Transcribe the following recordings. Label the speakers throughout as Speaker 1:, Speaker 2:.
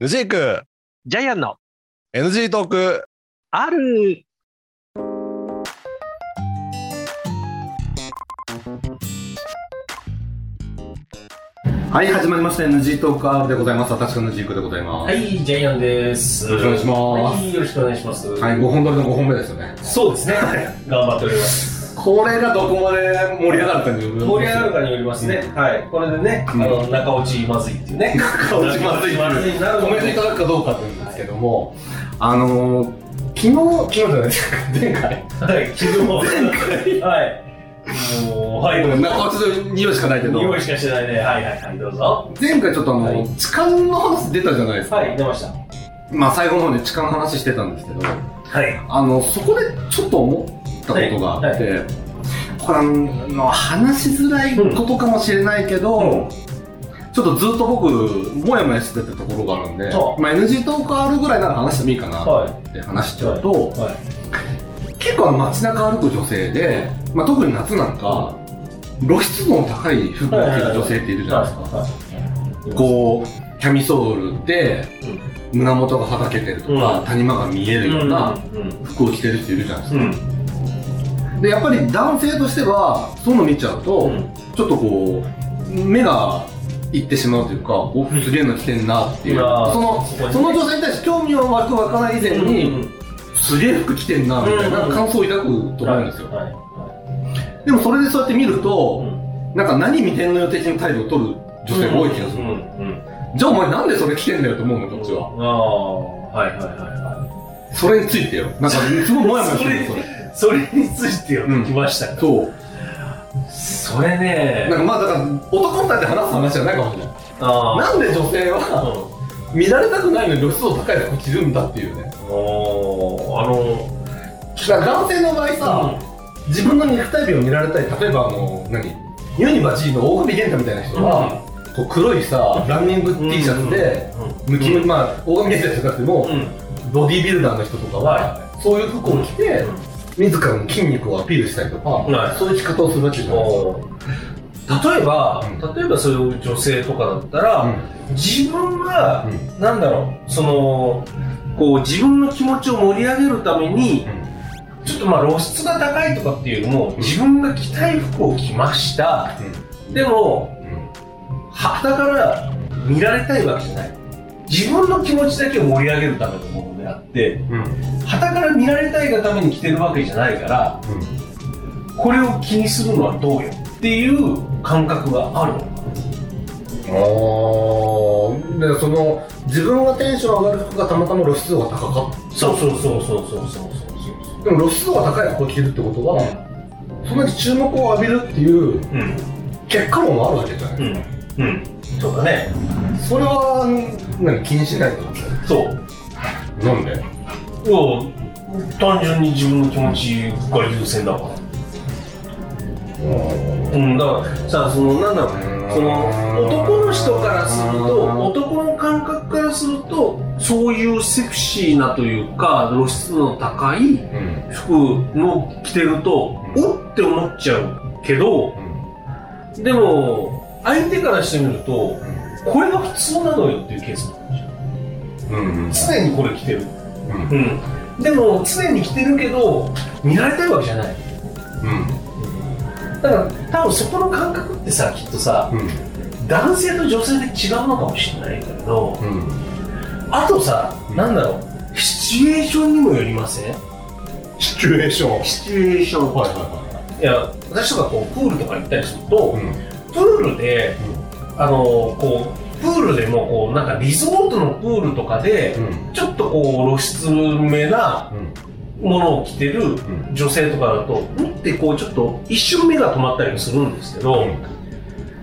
Speaker 1: ヌジーク
Speaker 2: ジャイアンの
Speaker 1: NG トーク
Speaker 2: ある
Speaker 3: はい、始まりました。NG トーク R でございます。私が NG クでございま
Speaker 4: は
Speaker 3: す。
Speaker 4: い、ジャイアンです。
Speaker 3: よろしくお願いします
Speaker 4: はい、よろしくお願いします。
Speaker 3: はい、5本撮りの5本目ですよね。
Speaker 4: そうですね。頑張っております。
Speaker 3: これがどこまで盛り上がるかによる。
Speaker 4: 盛り上がるかによりますね。はい、これでね、あの中落ちまずいっていう ね。
Speaker 3: かをまずいまずい
Speaker 4: なる
Speaker 3: 止めていただくかどうかというんですけども、あのー、昨日、昨日じゃないです か、前回。
Speaker 4: はい、昨日。はい。もう、はい、もう
Speaker 3: 中落ちの匂いしかないけど、
Speaker 4: 用意しかしてないね。はい、はい、はい、どうぞ。
Speaker 3: 前回ちょっとあの、
Speaker 4: はい
Speaker 3: 痴漢の話出たじゃないですか。
Speaker 4: はい、出ました。
Speaker 3: まあ最後の方で痴漢の話してたんですけど、
Speaker 4: はい。
Speaker 3: あの、そこでちょっと思ったことがあって、これあの、話しづらいことかもしれないけど、ちょっとずっと僕、もやもやしてたところがあるんで、
Speaker 4: そう
Speaker 3: まあ、NG トークあるぐらいなら話してもいいかな
Speaker 4: は
Speaker 3: って話しちゃうと、
Speaker 4: い。はい。
Speaker 3: 結構あの街中歩く女性で、まあ、特に夏なんか、露出度の高い服を着てる女性っているじゃないですか。
Speaker 4: はい。
Speaker 3: こう、キャミソールで、胸元がはだけてるとか、
Speaker 4: うん
Speaker 3: 谷間が見え
Speaker 4: う
Speaker 3: る
Speaker 4: ん、
Speaker 3: よ
Speaker 4: う、
Speaker 3: うんな服を着てる人いるじゃないです
Speaker 4: うん、
Speaker 3: か。で、やっぱり男性としては、そういうの見ちゃうと、
Speaker 4: うん。
Speaker 3: ちょっとこう、目がいってしまうというか、おすげえの着てんなっていう、
Speaker 4: いやー
Speaker 3: その
Speaker 4: そこにね
Speaker 3: その女性に対して興味を湧く湧かない以前に、すげえ服着てんなみたいな
Speaker 4: うん
Speaker 3: 感想を抱くと思うんですよ。
Speaker 4: はい。は
Speaker 3: でもそれでそうやって見る
Speaker 4: い。
Speaker 3: と、
Speaker 4: ん。
Speaker 3: なんか何見てんのよ的な態度を取る女性が多い気がする。
Speaker 4: うんうん
Speaker 3: じゃあお前なんでそれ着てんだよと思うの、こっちは。
Speaker 4: ああはいはいは
Speaker 3: それについてよ。なんか、すごいもやもやするよ、そ
Speaker 4: そい
Speaker 3: れ。
Speaker 4: はいそれについてよ
Speaker 3: うん
Speaker 4: 来ましたか、
Speaker 3: そう。
Speaker 4: それね
Speaker 3: なんかまあだから、男二人で話す話じゃないかもしれない。
Speaker 4: あ
Speaker 3: なんで女性
Speaker 4: あ
Speaker 3: は、見られたくないのに露出度高い服着るんだっていうね。
Speaker 4: おあの
Speaker 3: だから男性の場合さ、自分の肉体美を見られたい例えばあの何ユニバジーの大首源太みたいな人は、こう黒いさランニング T シャツで、ムキムキまあ大神源太じゃなくても、ボディービルダーの人とかは、そういう服を着て、
Speaker 4: うん
Speaker 3: 自らの筋肉をアピールしたりとか、
Speaker 4: はい
Speaker 3: そういう着方をするわけじゃないです
Speaker 4: 例えば、
Speaker 3: う
Speaker 4: 例えばそういう女性とかだったら、
Speaker 3: か、
Speaker 4: 自分が
Speaker 3: う、ん
Speaker 4: なんだろうそのこう自分の気持ちを盛り上げるためにちょっとまあ露出が高いとかっていうよりも、自分が着たい服を着ました、でもはたから見られたいわけじゃない自分の気持ちだけを盛り上げるためのものであって
Speaker 3: うんうん
Speaker 4: はたから見られたいがために着てるわけじゃないからこれを気にするのはどうよっていう感覚がある
Speaker 3: ああでその自分がテンション上がる服がたまたま露出度が高かった
Speaker 4: そうそうそうそうそうそう
Speaker 3: でも露出度が高い服を着るってことは、そんなに注目を浴びるっていう
Speaker 4: うんうん
Speaker 3: 結果論もあるわけじゃない、
Speaker 4: うんうんそうだね
Speaker 3: それは何気にしないと思って
Speaker 4: そう
Speaker 3: なんで
Speaker 4: いや単純に自分の気持ちが優先だからうん、だからさそのなんだろうねその男の人からすると男の感覚からするとそういうセクシーなというか露出度の高い
Speaker 3: うん
Speaker 4: 服の着てるとおって思っちゃうけどでも相手からしてみるとこれが普通なのよっていうケースもある
Speaker 3: うん
Speaker 4: じゃん常にこれ着てる
Speaker 3: うん
Speaker 4: うんでも常に着てるけど見られたいわけじゃないだから多分そこの感覚ってさきっとさ
Speaker 3: うん
Speaker 4: 男性と女性で違うのかもしれないけれど
Speaker 3: うん
Speaker 4: あとさ、
Speaker 3: うん
Speaker 4: なんだろうシチュエーションにもよりません
Speaker 3: シチュエーションはい
Speaker 4: シチュエーション
Speaker 3: はい
Speaker 4: いや私とかこうプールとか行ったりすると、
Speaker 3: はい
Speaker 4: プールで、あのこうプールでもこうなんかリゾートのプールとかで、
Speaker 3: うん
Speaker 4: ちょっとこう露出めなものを着てる
Speaker 3: ん
Speaker 4: 女性とかだとんってこうちょっと一瞬目が止まったりもするんですけど、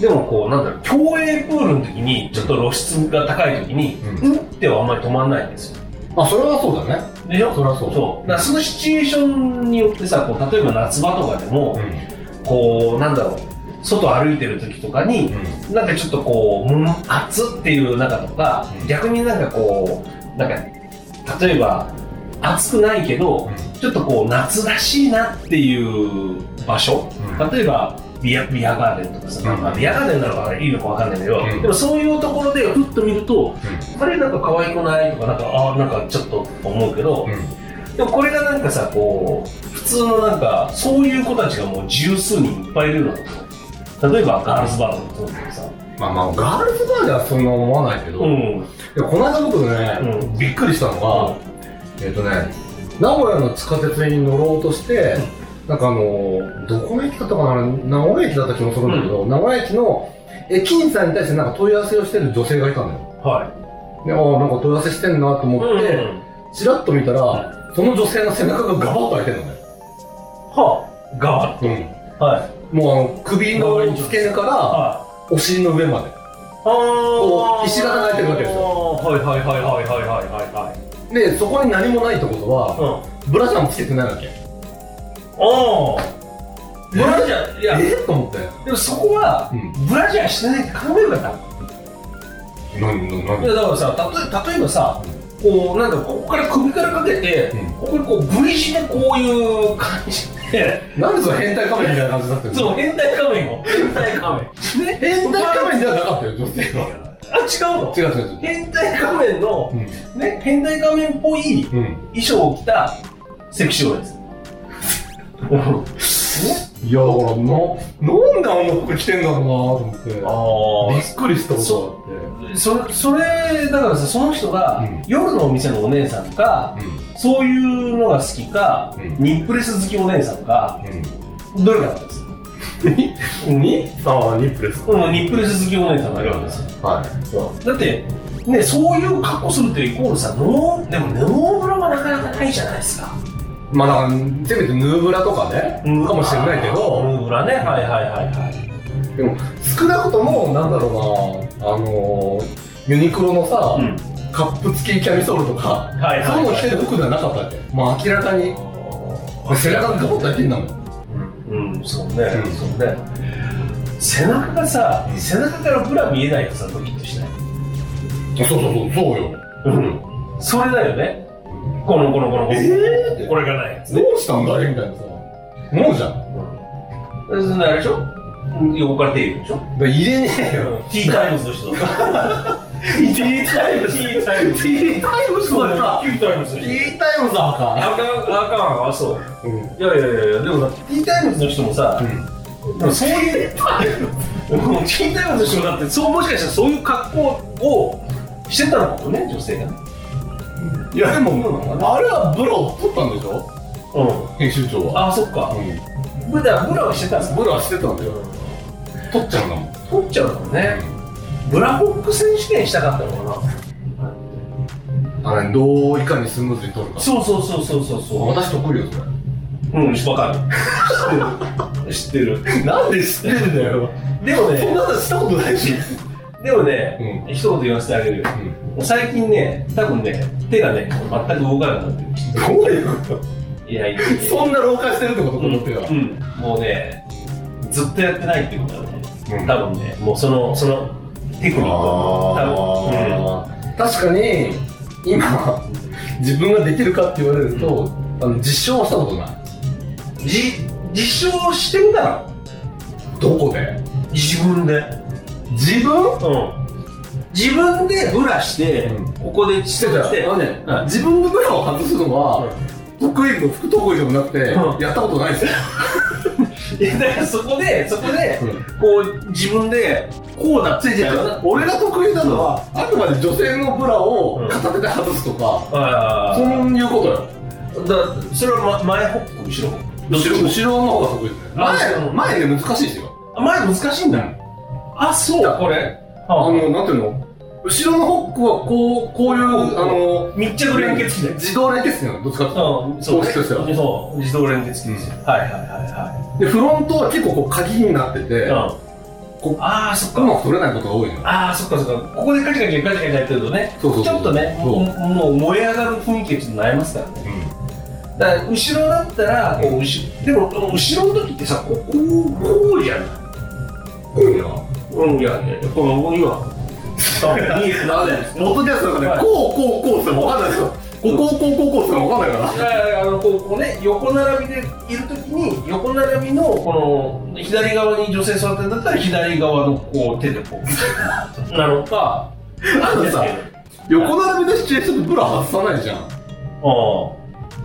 Speaker 4: でもこうなんだろう競泳プールの時にちょっと露出が高い時に、
Speaker 3: う
Speaker 4: うんってはあんまり止まんないんですよ
Speaker 3: あそれはそうだね
Speaker 4: でしょ
Speaker 3: そりゃそう
Speaker 4: そうだからそのシチュエーションによってさこう例えば夏場とかでも、こうなんだろう外歩いてる時とかに、なんかちょっとこう「うん暑っ」っていう中とか、
Speaker 3: うん
Speaker 4: 逆になんかこうなんか例えば暑くないけど、ちょっとこう夏らしいなっていう場所、
Speaker 3: う
Speaker 4: 例えばビアビアガーデンとかさ、
Speaker 3: うん
Speaker 4: まあビアガーデンなのかあれいいのかわかんないけど、
Speaker 3: うん
Speaker 4: でもそういうところでふっと見ると、あれなんか可愛くないとかなんかああなんかちょっと思うけど、でもこれがなんかさこう普通のなんかそういう子たちがもう十数人いっぱいいるようなとこ例えばガールズバーとかそうだけどさ、
Speaker 3: まあまあガールズバーではそんな思わないけど、
Speaker 4: う
Speaker 3: で
Speaker 4: ん
Speaker 3: もこの間僕ね、
Speaker 4: うん
Speaker 3: びっくりしたのが、えっとね名古屋の地下鉄に乗ろうとして、なんかあのーどこの駅だったかなあれ名古屋駅だった気もするんだけど、名古屋駅の駅員さんに対してなんか問い合わせをしてる女性がいたのよ
Speaker 4: は
Speaker 3: でああなんか問い合わせしてんな
Speaker 4: い、
Speaker 3: と思って、
Speaker 4: うん
Speaker 3: チラッと見たらその女性の背中がガバッと開いてるのね、
Speaker 4: はあガーはい
Speaker 3: もうあの首の付け根から
Speaker 4: はい
Speaker 3: お尻の上まで
Speaker 4: あ
Speaker 3: う石型が入ってるわけですよ
Speaker 4: はいはいはいはいはいはいはいはい
Speaker 3: でそこに何もないってことは
Speaker 4: うん
Speaker 3: ブラジャーもつけてないわけ
Speaker 4: おブラジャーいや
Speaker 3: えっと思って
Speaker 4: でもそこは
Speaker 3: うん
Speaker 4: ブラジャーしてないって考えるから
Speaker 3: 何
Speaker 4: いやだからさたと例えばさこうなんかここから首からかけて、
Speaker 3: うん
Speaker 4: ここにこう V 字でこういう感じで
Speaker 3: なんでその変態仮面みたいな感じになってる
Speaker 4: そ
Speaker 3: の
Speaker 4: う変態仮面を変態仮面ね
Speaker 3: 変態仮面じゃなかったよ女性は
Speaker 4: あ違うの
Speaker 3: 違う違う違う
Speaker 4: 変態仮面の、
Speaker 3: う
Speaker 4: ね変態仮面っぽい
Speaker 3: んうん
Speaker 4: 衣装を着たセクシーオーです
Speaker 3: いやだからななんであんな服着てんだろうなと思って
Speaker 4: あ
Speaker 3: びっくりしたこと
Speaker 4: それそれだからさその人が、
Speaker 3: うん
Speaker 4: 夜のお店のお姉さん
Speaker 3: が
Speaker 4: か
Speaker 3: あって
Speaker 4: そういうのが好きか、
Speaker 3: うん
Speaker 4: ニップレス好きお姉さんかどれかだったんですよ
Speaker 3: うん にああニップレス
Speaker 4: うんニップレス好きお姉さんがいるわけですよ
Speaker 3: はい
Speaker 4: だってねそういう格好するってイコールさノーでもノーブラはなかなかないじゃないですか
Speaker 3: まあだからせめてヌーブラとかねかもしれないけど
Speaker 4: ノーブラねはいはいはいはい
Speaker 3: でも少なくともなんだろうなあのー、ユニクロのさ、
Speaker 4: うん
Speaker 3: カップ付きキャミソールとか、
Speaker 4: はいはいはい
Speaker 3: そういうの着てる服ではなかったわけもう明らかに背中がガボッと開いてんだもん
Speaker 4: うん、そうね、
Speaker 3: うん
Speaker 4: そうね。背中がさ、背中からブラ見えないとさ、ドキッとしない。
Speaker 3: そうそうそうそうよ
Speaker 4: うん。それだよね。この、この、この、この、
Speaker 3: えー
Speaker 4: これがないやつ
Speaker 3: ど
Speaker 4: ね。
Speaker 3: うしたんだあれみたいなさもうじゃんだか
Speaker 4: うん。それであれでしょうん横から手入れるでしょ
Speaker 3: ら入れねえよ
Speaker 4: ?T タイムズの人だ。T タイムズ ?T タイムズ。
Speaker 3: T タイムズ
Speaker 4: そうだ
Speaker 3: だ
Speaker 4: よ
Speaker 3: か、
Speaker 4: T タイムズの
Speaker 3: T
Speaker 4: 人。
Speaker 3: タイムズだ
Speaker 4: あ
Speaker 3: か
Speaker 4: かん、あかん、あ、そう。
Speaker 3: うん
Speaker 4: いやいやいやいや、でもさ、T タイムズの人もさ、でもそういう、もう金太郎の人もだって、そうもしかしたらそういう格好をしてたのかもね、女性がね。
Speaker 3: いやでもあれはブラを取ったんでしょ
Speaker 4: うん。
Speaker 3: 編集長は
Speaker 4: あ、そっか。
Speaker 3: うん
Speaker 4: ブラ、ブラをしてたんですか
Speaker 3: ブラしてたんだよ取っちゃうんだもん
Speaker 4: 取っちゃうのね。ブラホック選手権したかったのか
Speaker 3: あれどういかにスムーズに取るか
Speaker 4: な。そうそうそうそうそうそ
Speaker 3: 私得意よそれ
Speaker 4: う。うん、わかる。 知ってる。知ってる。
Speaker 3: なんで知ってんだよ
Speaker 4: でもね、
Speaker 3: 話したことないし
Speaker 4: でもね、一言言わせてあげるよ。もう最近ね、多分ね、手がね、全く動かなくなって
Speaker 3: どういうこと
Speaker 4: る。いやいやいや。
Speaker 3: そんな老化してるってことこの手は
Speaker 4: うん、もうねずっとやってないってことだね、
Speaker 3: うん
Speaker 4: 多分ねもうそのそのテクニックを多
Speaker 3: あー確かに今自分ができるかって言われるとあの実証はしたことない
Speaker 4: 分、うん、じ実証してみたら
Speaker 3: どこで
Speaker 4: 自分で
Speaker 3: 自分
Speaker 4: うん自分でブラして、
Speaker 3: うん
Speaker 4: ここで
Speaker 3: してた
Speaker 4: して
Speaker 3: らあのね
Speaker 4: うん
Speaker 3: 自分のブラを外すのは得意でも不得意でもなくて
Speaker 4: うん
Speaker 3: やったことないですよ
Speaker 4: いやだからそこでそこで、
Speaker 3: うん
Speaker 4: こう自分でこうなって
Speaker 3: 違う違う俺が得意なのはあくまで女性のブラを片手で外すとか
Speaker 4: あ
Speaker 3: そういうことよ
Speaker 4: あだそれは、ま、前ホップ後ろホップ
Speaker 3: 後ろ
Speaker 4: どっち
Speaker 3: 後ろの方が得意ですね
Speaker 4: あ
Speaker 3: 前
Speaker 4: うん
Speaker 3: 前ね難しいですよ
Speaker 4: も前難しいんだ、あそうこれあ
Speaker 3: あのなんていうの後ろのホックはこうこういうあの
Speaker 4: 密着連結機だよ
Speaker 3: 自動連結機なのどっちかっていうと
Speaker 4: うん、そう、
Speaker 3: 公式としては
Speaker 4: そう、自動連結機ですよ。はいはいは
Speaker 3: でフロントは結構こう鍵になってて
Speaker 4: いはい。う
Speaker 3: こ
Speaker 4: ん。ああ、そっ
Speaker 3: うま
Speaker 4: か。
Speaker 3: く取れないことが多いのよ
Speaker 4: ああ、そっかそっか。ここでカチカチカチカチやってるとね、ち
Speaker 3: そう
Speaker 4: ょ
Speaker 3: そうそう
Speaker 4: っとね、
Speaker 3: そう
Speaker 4: もうもう燃え上がる雰囲気にちょっとなりますからね。だから後ろだったら、こう、後ろ、でも、後ろの時ってさ、こう、こう、こうじゃない。
Speaker 3: うんよ
Speaker 4: うん、いや、いやこの、今。いい
Speaker 3: なんで元ですだからねこうこうこうするの分かんないですよこうこうこうこうこうするの分かんないから
Speaker 4: だからあのこうこうね横並びでいるときに横並びのこの左側に女性座ってんだったら左側のこう手でこうなのか
Speaker 3: あのさ横並びのシチュエーションでブラ外さないじゃん
Speaker 4: ああ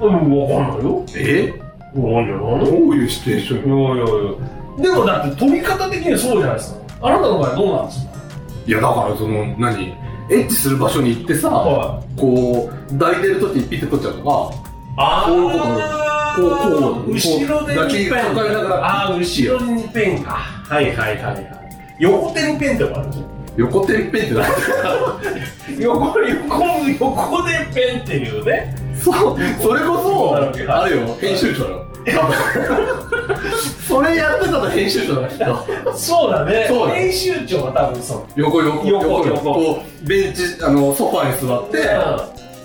Speaker 4: うん分かんないよ
Speaker 3: え
Speaker 4: 分かんないよ
Speaker 3: どういうシチュエーショ
Speaker 4: いや
Speaker 3: ン
Speaker 4: いやいやでもだって飛び方的にはそうじゃないですかあなたの場合はどうなんですか
Speaker 3: いやだからその何エッチする場所に行ってさ、
Speaker 4: は
Speaker 3: こう抱いてる時にピッて取っちゃうとか
Speaker 4: あ
Speaker 3: こういうことこうこう
Speaker 4: 後ろで
Speaker 3: こう抱きかかえながら
Speaker 4: ああー後ろにペンかはいはいはいはい横手にペンとかあるでしょ
Speaker 3: 横てっぺんってなって
Speaker 4: 横横横でペンっていうね
Speaker 3: そうそれこそあれよ編集長よそれやってたら編集長だきっと
Speaker 4: そうだね
Speaker 3: そうだ
Speaker 4: 編集長は多分そう
Speaker 3: 横横
Speaker 4: 横
Speaker 3: よ
Speaker 4: 横
Speaker 3: こうベンチあのソファーに座って、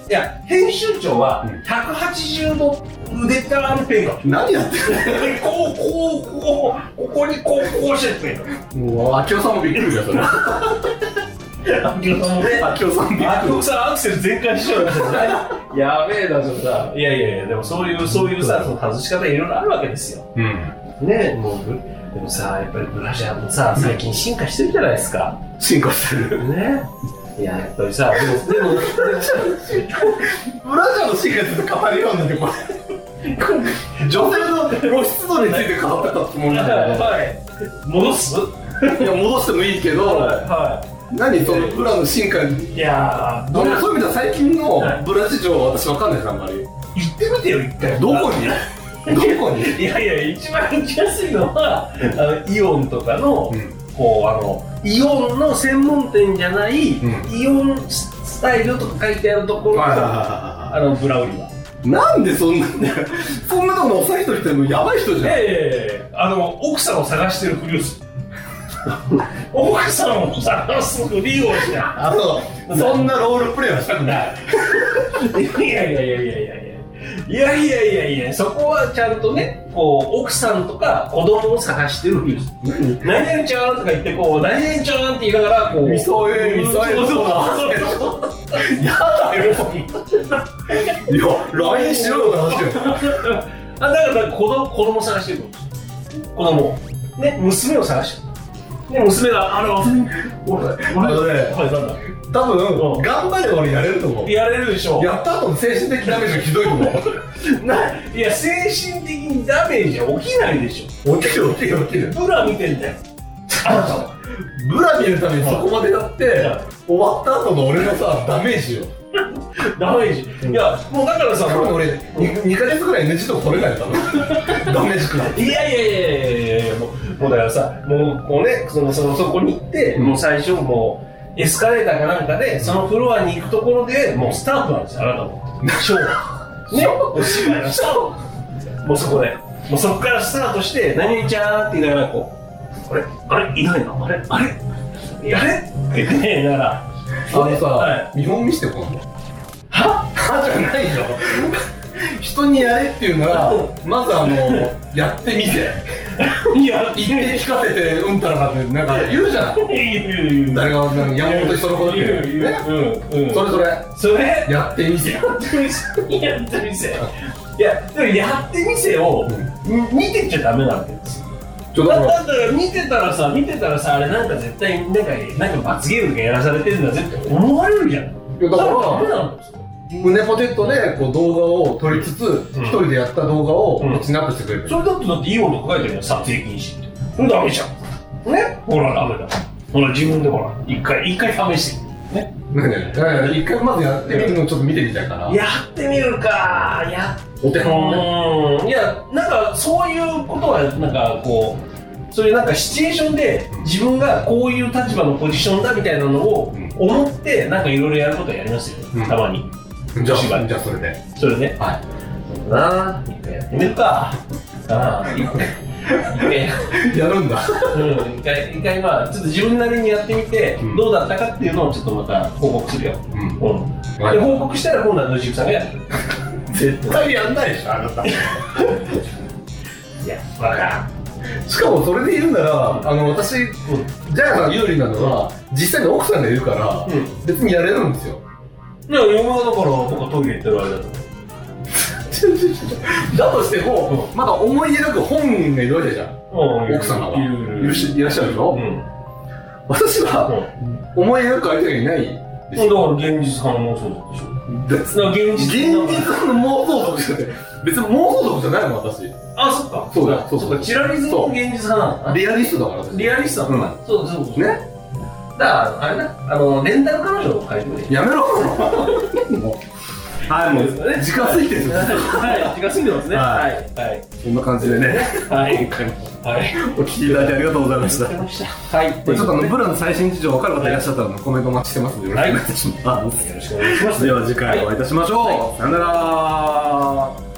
Speaker 4: いや編集長は
Speaker 3: うん
Speaker 4: 180度腕側のペンが
Speaker 3: 何やって
Speaker 4: こうこうこうここにこうこうしてペンが
Speaker 3: んのもう秋夫さんもびっくりだよそれ
Speaker 4: 秋夫さんもね
Speaker 3: 秋夫さんびっく
Speaker 4: 秋
Speaker 3: り
Speaker 4: 夫さんアクセル全開しちゃうみたいなねやべえなちょっとさいやいやいやでもそういうそういうさその外し方いろいろあるわけですよ
Speaker 3: うん
Speaker 4: ねもうぶでもさやっぱりブラジャーもさ最近進化してるじゃないですか
Speaker 3: 進化してる
Speaker 4: ねいややっぱりさでもでもでも
Speaker 3: ブラジャーの進化について語り合うんだけどこれ女性の露出度について語ってたつもりなんだ
Speaker 4: はい、戻す
Speaker 3: けどいや戻してもいいけど
Speaker 4: は
Speaker 3: 何そのブラの進化に
Speaker 4: い。いやー、ど
Speaker 3: そう
Speaker 4: う
Speaker 3: いう意味では最近の
Speaker 4: はい
Speaker 3: ブラジルは私わかんないですあんまり
Speaker 4: 行ってみてよ、一回。
Speaker 3: どこにどこに
Speaker 4: いやいや、一番行きやすいのは、あのイオンとかの、こう、あの、イオンの専門店じゃない、
Speaker 3: う
Speaker 4: イオンスタイルとか書いてあるところが、あ
Speaker 3: あ
Speaker 4: の、ブラウリは。
Speaker 3: なんでそんなそんなとこの幼い人ってもうやばい人じゃ
Speaker 4: え
Speaker 3: ん
Speaker 4: えあの、奥さんを探してるふりをする。奥さんを探すふりをしない。
Speaker 3: あのそんなロールプレイはしたくない
Speaker 4: いやいやいやいやいやいやいやいやいやいやそこはちゃんとねこう奥さんとか子供を探してるふりをする何々ちゃんとか言ってこう何々ちゃんって言いながらこう
Speaker 3: みそえみそえ
Speaker 4: そうそう
Speaker 3: やだよいや LINE しろよ話よ
Speaker 4: あだから子供子供探してる子供をね娘を探してるで娘があの俺
Speaker 3: あの
Speaker 4: 俺
Speaker 3: ね
Speaker 4: はいなんだ
Speaker 3: 多分、
Speaker 4: うん
Speaker 3: 頑張れば俺やれると思う
Speaker 4: やれるでしょ
Speaker 3: やった後の精神的ダメージがひどいと思
Speaker 4: ないや精神的にダメージは起きないでし
Speaker 3: う起きる起きる起きる
Speaker 4: ょブラ見てんだよあなたは
Speaker 3: ブラ見るためにそこまでやって終わった後の俺のさダメージよ
Speaker 4: ダメージ、いやもうだからさ
Speaker 3: 多分俺 2, 2ヶ月ぐらい NG とか取れないよ多 分ダメージくらい
Speaker 4: いやいやいやいやいやいやもうもうだからさもうこうねそのそのそこに行って、
Speaker 3: うん
Speaker 4: もう最初もうエスカレーターかなんかでそのフロアに行くところでもうスタートなんですよあなたもショーねお芝居のスタートもうそこでもうそこからスタートして「何々ちゃん」って言いながらこう「あれあれいないなあれあれあれ?」って言いながら
Speaker 3: あのさ、
Speaker 4: は
Speaker 3: 見本見してこんの
Speaker 4: 「は
Speaker 3: 歯じゃないよ人にやれっていうならまずあのやってみて
Speaker 4: いやい
Speaker 3: 言って聞かせてうんたらかってなんか言うじゃん
Speaker 4: やいやいやいや
Speaker 3: 誰がなんか山本人のことって
Speaker 4: 言う
Speaker 3: ね
Speaker 4: 言ううんうん
Speaker 3: それそれ
Speaker 4: それ
Speaker 3: やってみて
Speaker 4: やってみせやってみせいやでもやってみせを、み見てちゃダメなわけですよ
Speaker 3: ちょっと
Speaker 4: だ
Speaker 3: 待
Speaker 4: だから見てたらさ見てたらさあれなんか絶対なんかなんか罰ゲームがやらされてるんだぜって思われるじゃん
Speaker 3: いやだから
Speaker 4: それダメなんですよ
Speaker 3: 胸ポテットでこう動画を撮りつつ、一人でやった動画を
Speaker 4: うん
Speaker 3: こっちにアップしてくれる、
Speaker 4: それだってだってイオンとか書いてるよ撮影禁止ってそれダメじゃんねほらダメだほら自分でほら一回一回試してみるね
Speaker 3: ねだから一回まずやってみるのをちょっと見てみたいから
Speaker 4: やってみるかやっ
Speaker 3: お手本をね
Speaker 4: うんいやなんかそういうことはなんかこうそういうなんかシチュエーションで自分がこういう立場のポジションだみたいなのを
Speaker 3: うん
Speaker 4: 思ってなんかいろいろやることはやりますよ、
Speaker 3: うん
Speaker 4: たまに
Speaker 3: じゃ
Speaker 4: お芝
Speaker 3: あ
Speaker 4: 居
Speaker 3: じゃあそれで
Speaker 4: それね
Speaker 3: は
Speaker 4: なあ一回やってみるかああ一回一回
Speaker 3: いやるんだ
Speaker 4: うん一回一回まあちょっと自分なりにやってみて、
Speaker 3: うん
Speaker 4: どうだったかっていうのをちょっとまた報告するよ、
Speaker 3: うん
Speaker 4: うん
Speaker 3: はい
Speaker 4: で報告したら今度は野宿さんがやる
Speaker 3: 絶対やんないでしょあなた
Speaker 4: いやわからん
Speaker 3: しかもそれで言うならあの私ジャイアンさん有利なのは実際に奥さんがいるから、
Speaker 4: うん
Speaker 3: 別にやれるんですよ
Speaker 4: いや、嫁がだから僕はトイレ行ってる間だと。
Speaker 3: 違だとしても、まだ思い描く本人がいるわけじゃん。奥
Speaker 4: 奥
Speaker 3: 様が
Speaker 4: い
Speaker 3: いらっしゃいらっしゃるでし
Speaker 4: う
Speaker 3: ょ、
Speaker 4: ん
Speaker 3: 私は思い描く相手がいない。
Speaker 4: だから現実派の妄想族でしょ
Speaker 3: 別
Speaker 4: だから現
Speaker 3: 現
Speaker 4: 実
Speaker 3: 実の妄想族じゃない。別に妄想族じゃないもん、私。
Speaker 4: あそっか
Speaker 3: そうだそうそう
Speaker 4: そっかチラリズムも現実派なのかな
Speaker 3: リアリストだから、私。
Speaker 4: リアリストなのかなそうそうそう
Speaker 3: ね
Speaker 4: だからあれだあのレンタル彼女を借りてくれ
Speaker 3: やめろも
Speaker 4: はいもうです
Speaker 3: う、
Speaker 4: ね
Speaker 3: 時間ついてるんですよ。
Speaker 4: はい気が済んでますね
Speaker 3: は
Speaker 4: はいはい
Speaker 3: そんな感じでね、
Speaker 4: はい
Speaker 3: 今回も
Speaker 4: はい
Speaker 3: お聞きいただきありがとうございました。
Speaker 4: はい
Speaker 3: ちょっとあの、ブラの最新事情分かる方いらっしゃったら、コメントお待ちしてますので、よろしくお願いいたします。
Speaker 4: よろしくお願いします
Speaker 3: では次回お会いいたしましょう。さよなら。